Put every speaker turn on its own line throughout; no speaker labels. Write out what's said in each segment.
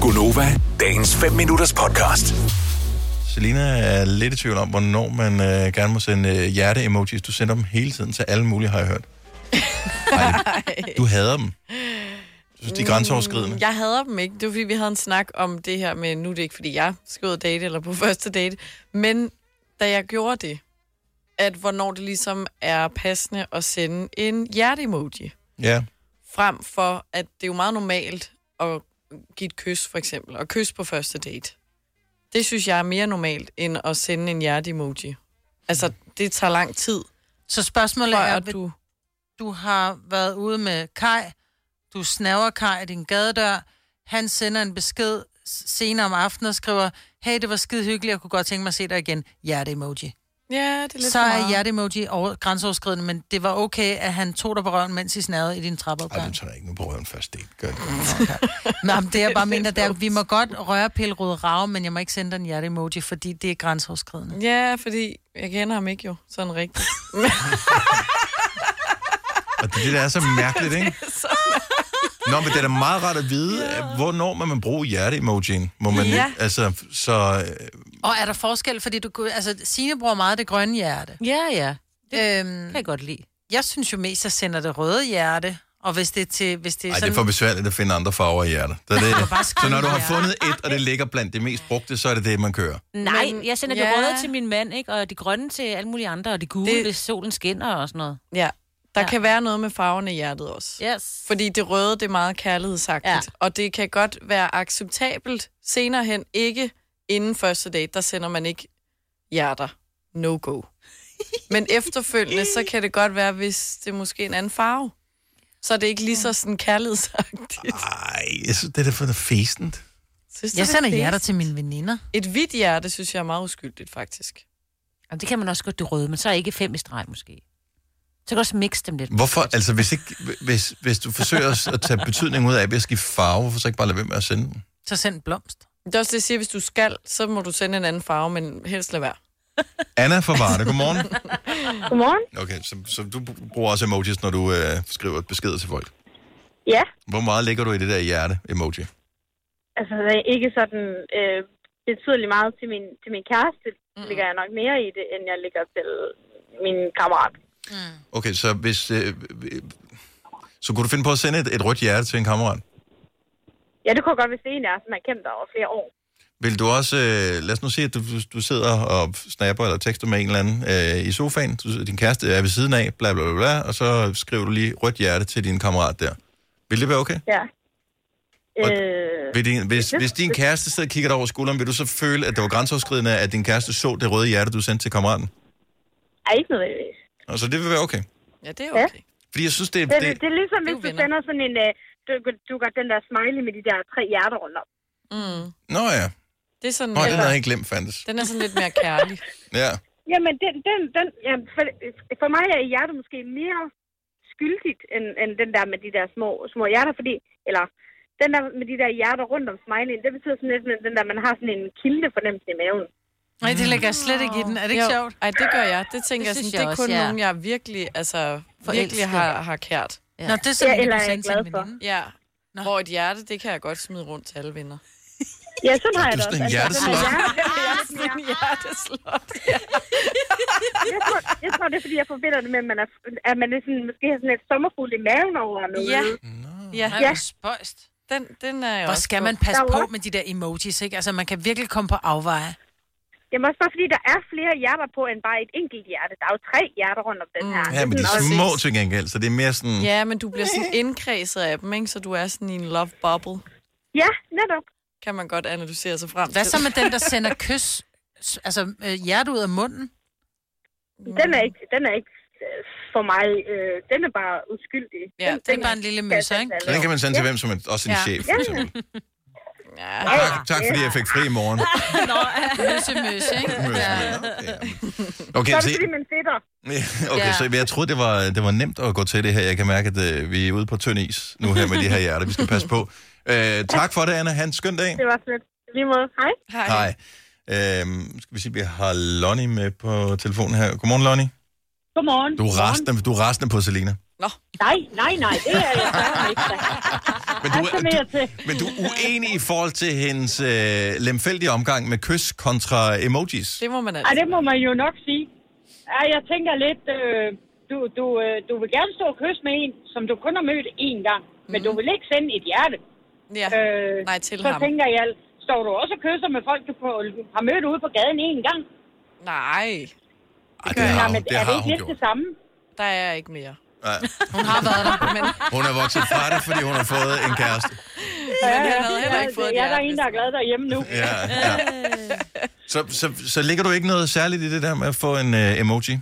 Gunova, dagens 5 minutters podcast.
Selina er lidt i tvivl om, hvornår man øh, gerne må sende øh, hjerte-emojis. Du sender dem hele tiden til alle mulige, har jeg hørt. Ej, du hader dem. Du synes, de er grænseoverskridende.
Jeg hader dem ikke. Det var fordi, vi havde en snak om det her med, nu er det ikke fordi, jeg skal ud og date eller på første date, men da jeg gjorde det, at hvornår det ligesom er passende at sende en hjerte-emoji,
Ja.
frem for, at det er jo meget normalt at give et kys, for eksempel, og kys på første date. Det synes jeg er mere normalt, end at sende en hjerte-emoji. Altså, det tager lang tid,
Så spørgsmålet
før
er,
at
at du...
du...
du har været ude med Kai, du snaver Kai i din gadedør, han sender en besked s- senere om aftenen og skriver, hey, det var skide hyggeligt, jeg kunne godt tænke mig at se dig igen. Hjerte-emoji.
Ja, det er lidt for
Så er
meget.
hjerte-emoji over, grænseoverskridende, men det var okay, at han tog dig på røven, mens I snavede i din
Ej,
trappeopgang.
du tager ikke nu på røven først. Det gør det.
Nå, men det jeg bare mener, det er, at vi må godt røre pillerød rave, men jeg må ikke sende dig en hjerte-emoji, fordi det er grænseoverskridende.
Ja, fordi jeg kender ham ikke jo, sådan rigtigt.
Og det, er det der er så mærkeligt, ikke? Nå, men det er da meget rart at vide, ja. hvornår man må bruge hjerte-emojien. Må man
Ja.
ikke? Altså, så... øh,
Og er der forskel, fordi du... kunne- Altså, Signe bruger meget det grønne hjerte.
Ja, ja.
Øhm,
Kan jeg godt lide.
jeg synes jo mest, jeg sender det røde hjerte, og hvis det er til... Hvis det er
Ej, det
sådan,
er for besværligt at finde andre farver i hjertet. Det er det.
bare
Så
skrive
når du har
hjerte.
fundet et, og det ligger blandt det mest brugte, så er det det, man kører.
Nej,
Men-
men, jeg sender ja.
ja.
de røde til min mand, ikke? Og de grønne til alle mulige andre, og de gule,
Det-
det... hvis solen skinner og sådan noget.
Ja, der ja.
Ja.
kan være noget med farverne i hjertet også. Ja.
Yes.
Fordi det røde, det er meget kærlighedsagtigt. Ja.
Ja.
Og det kan godt være acceptabelt senere hen. Ikke inden første date, der sender man ikke hjerter. No go. Men efterfølgende, så kan det godt være, hvis det er måske en anden farve. Så er det ikke lige så sådan kærlighedsagtigt.
Ej, jeg synes, det er da for fæsent.
Synes, du,
Jeg
det er
sender
fedt?
hjerter til mine veninder.
Et hvidt hjerte, synes jeg er meget uskyldigt, faktisk.
Jamen, det kan man også godt det røde, men så ikke fem i streg måske. Så kan du også mixe dem lidt.
Hvorfor? Altså, hvis, ikke, hvis, hvis du forsøger at tage betydning ud af, at jeg skal farve, hvorfor så ikke bare lade være med at sende den?
Så send en blomst.
Det er også det, jeg siger, hvis du skal, så må du sende en anden farve, men helst lade være.
Anna fra Varde, godmorgen.
Godmorgen.
Okay, så, så du bruger også emojis, når du øh, skriver beskeder til folk.
Ja,
Hvor meget ligger du i det der hjerte-emoji?
altså det er ikke sådan øh, betydeligt meget til min, til min kæreste. Mm. ligger jeg nok mere i det, end jeg ligger til min kammerat.
Okay, så hvis... Øh, øh, så kunne du finde på at sende et, et rødt hjerte til en kammerat?
Ja, det kunne jeg godt, hvis det en er, som har kendt dig over flere år.
Vil du også, øh, lad os nu sige, at du, du sidder og snapper eller tekster med en eller anden øh, i sofaen, du, din kæreste er ved siden af, bla bla bla, bla og så skriver du lige rødt hjerte til din kammerat der. Vil det være okay?
Ja.
Og-
Øh,
Vil din, hvis, hvis din kæreste sidder og kigger dig over skulderen, vil du så føle, at det var grænseoverskridende, at din kæreste så det røde hjerte, du sendte til kammeraten?
er ikke nødvendigvis.
Og så det vil være okay.
Ja, det er
Ja.
okay.
Fordi jeg synes, det,
Det,
det,
det, det er ligesom,
Det
hvis
er
du
venner.
sender sådan en... Øh, du, du gør den der smiley med de der tre hjerter rundt om.
Mm.
Nå ja,
Det er sådan,
Nå, den
eller-
havde jeg ikke glemt, fandtes.
Den er sådan lidt mere kærlig.
Ja.
Jamen, den, den, den, ja, for, for mig er hjertet måske mere skyldigt, end, end den der med de der små, små hjerter, fordi, eller den der med de der hjerter rundt om smileyen, det betyder sådan lidt, at den der, man har sådan en kilde fornemmelse i maven.
Nej, det lægger jeg slet ikke i den. Er det ikke
Jo.
sjovt?
Ej, det gør jeg. Det tænker det jeg, sådan,
Det synes
jeg
jeg
det er
også,
kun ja.
ja.
nogen, jeg virkelig, altså, virkelig
Forelsket.
har, har kært.
Ja.
Nå, det er sådan,
Ja,
ja, du
eller er jeg
sender til
glad
en
for.
veninde.
Ja. Nå. Hvor et hjerte, det kan jeg godt smide rundt til alle venner.
Ja, sådan har
Du
jeg
er
det også. Altså,
sådan en
den der
hjerteslot.
hjerte, den er lidt
Sådan
mere-
en hjerteslot.
jeg, tror, jeg tror, det er, fordi jeg forbinder det med, at man, er, at man er sådan, måske har sådan lidt sommerfugl i maven over noget.
Ja, ja.
Nej,
Ja.
hvor spøjst.
Den, den er jeg
Hvor
også
skal
på.
man passe
Der er jo
på
også-
med de der emojis, ikke? Altså, man kan virkelig komme på afveje.
Jamen også bare fordi, der er flere hjerter på, end bare et enkelt hjerte. Der er jo tre hjerter rundt om den her.
Mm. ja, men de er
Sådan også-
små til gengæld, så det er mere sådan...
Ja, men du bliver sådan indkredset af dem, ikke? Så du er sådan i en love bubble.
Ja, netop.
Kan man godt analysere sig frem
Hvad
til.
så med den, der sender kys? s- Altså, øh, hjerte ud af munden?
Den er ikke, den er ikke øh, for mig, øh, den er bare uskyldig.
Ja,
den,
Det er bare en lille møsser, ikke?
Så den kan man sende til hvem som helst, også din
Ja.
chef. For eksempel.
Ja.
Tak, tak, fordi jeg fik fri i morgen.
Møsse, møsse, ikke? Ja.
Okay,
Så er
så,
det fordi, man fedter.
okay,
Ja.
så jeg troede, det var, det var nemt at gå til det her. Jeg kan mærke, at øh, vi er ude på tynd is nu her med de her hjerter. Vi skal passe på. Øh, tak for det, Anna. Ha' en skøn dag.
Det var sådan lidt. Lige måde. Hej.
Hej.
Hej. Øhm, skal vi sige, vi har Lonnie med på telefonen her. Godmorgen, Lonnie.
Godmorgen.
Du er rasende, du er rasende på Selina.
Nå,
Nej, nej, nej, det er jeg fandme ikke. da.
Men
Ej, så vil jeg til.
men du er uenig i forhold til hendes øh, lemfældige omgang med kys kontra emojis.
det må man
Ej,
altså.
det må man jo nok sige. Ej, jeg tænker lidt, øh, du, du, øh, du vil gerne stå og kysse med en, som du kun har mødt én gang, men
Mhm.
du vil ikke sende et hjerte.
Ja.
Øh,
Nej, til
så
ham.
tænker jeg, står du også og kysser med folk, du på, har mødt ude på gaden én gang?
Nej,
Ej,
gør jeg.
Nej,
har
men
hun, det
er det
har
ikke
hun
lidt
gjort.
det samme?
der er jeg ikke mere.
Ja.
Hun har været der, men
Hun er vokset fra det, fordi hun har fået en kæreste.
Ja,
jeg havde heller ikke fået det
jeg er der
her,
en, der er glad derhjemme nu.
Ja, ja. Så, så, så ligger du ikke noget særligt i det der med at få en øh, emoji?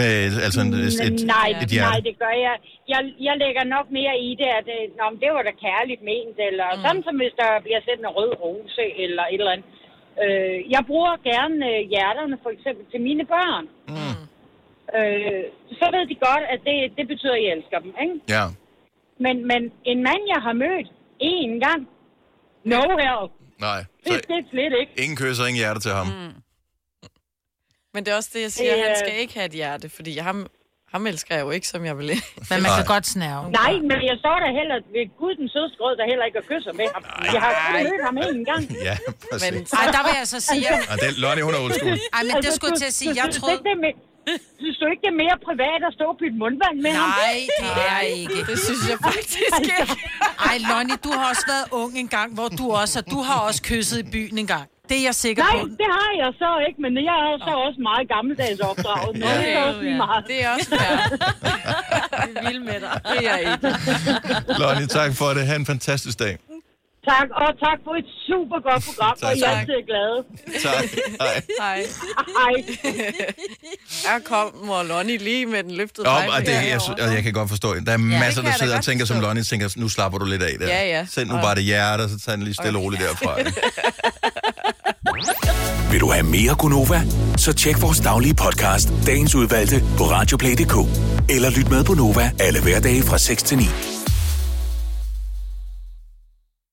Med, altså en, et,
Men
et,
nej,
et
nej,
hjerte?
det gør jeg. jeg. Jeg lægger nok mere i det, at øh, Nå, men det var da kærligt ment, eller mm. sådan som hvis der bliver sendt en rød rose, eller et eller andet. Øh, jeg bruger gerne øh, hjerterne, for eksempel, til mine børn. Mm. Øh, så ved de godt, at det, det betyder, at jeg elsker dem, ikke?
Ja.
Men, men en mand, jeg har mødt én gang, no help.
Nej. Så
Det, det er slet ikke.
ingen kys og ingen hjerte til ham.
Men det er også det, jeg siger, han
øh,
skal ikke have et hjerte, fordi ham, ham elsker jeg jo ikke, som jeg vil.
men man kan
Nej.
godt snæve.
Nej, men jeg står der heller ved Gud den sødeste grød, der heller ikke er kysser med ham. Jeg har kun mødt ham én gang.
Ja, præcis.
Men
Ej, der vil jeg så sige, at
Altså-
Og det, Lonnie, hun er old school.
Ej, men det skulle jeg til at sige, jeg
synes
troede...
Ikke, det er mere, synes du ikke, det er mere privat at stå og bytte mundvand med ham?
Nej, det er ikke.
det synes jeg faktisk ikke.
Ej, Lonnie, du har også været ung en gang, hvor du også, og du har også kysset i byen en gang. Det er jeg sikker
Nej,
på.
det har jeg så ikke, men jeg er så også meget gammeldags opdraget. Nå,
Ja.
det er også lige meget.
Det er også værd. Vi er vilde med dig. Det er jeg ikke.
Lonnie, tak for det. Ha' en fantastisk dag.
Tak, og tak for et super godt program,
Tak,
og jeg
tak.
er altid glade.
Tak. Hej.
Nej.
Hej.
Jeg kom, mor Lonnie lige med den løftede
Nå, og, det,
pegefinger
jeg,
herovre.
og jeg kan godt forstå det. Der er masser, der
kan jeg da
sidder og
godt
tænker som
forstå.
Lonnie, tænker, nu slapper du lidt af der.
Ja, ja.
Send nu
Og-
bare det hjerte, og så tager den lige stille og roligt derfra. ikke?
Vil du have mere Gunova? Så tjek vores daglige podcast, dagens udvalgte, på radioplay.dk. Eller lyt med på Nova alle hverdage fra 6 til 9.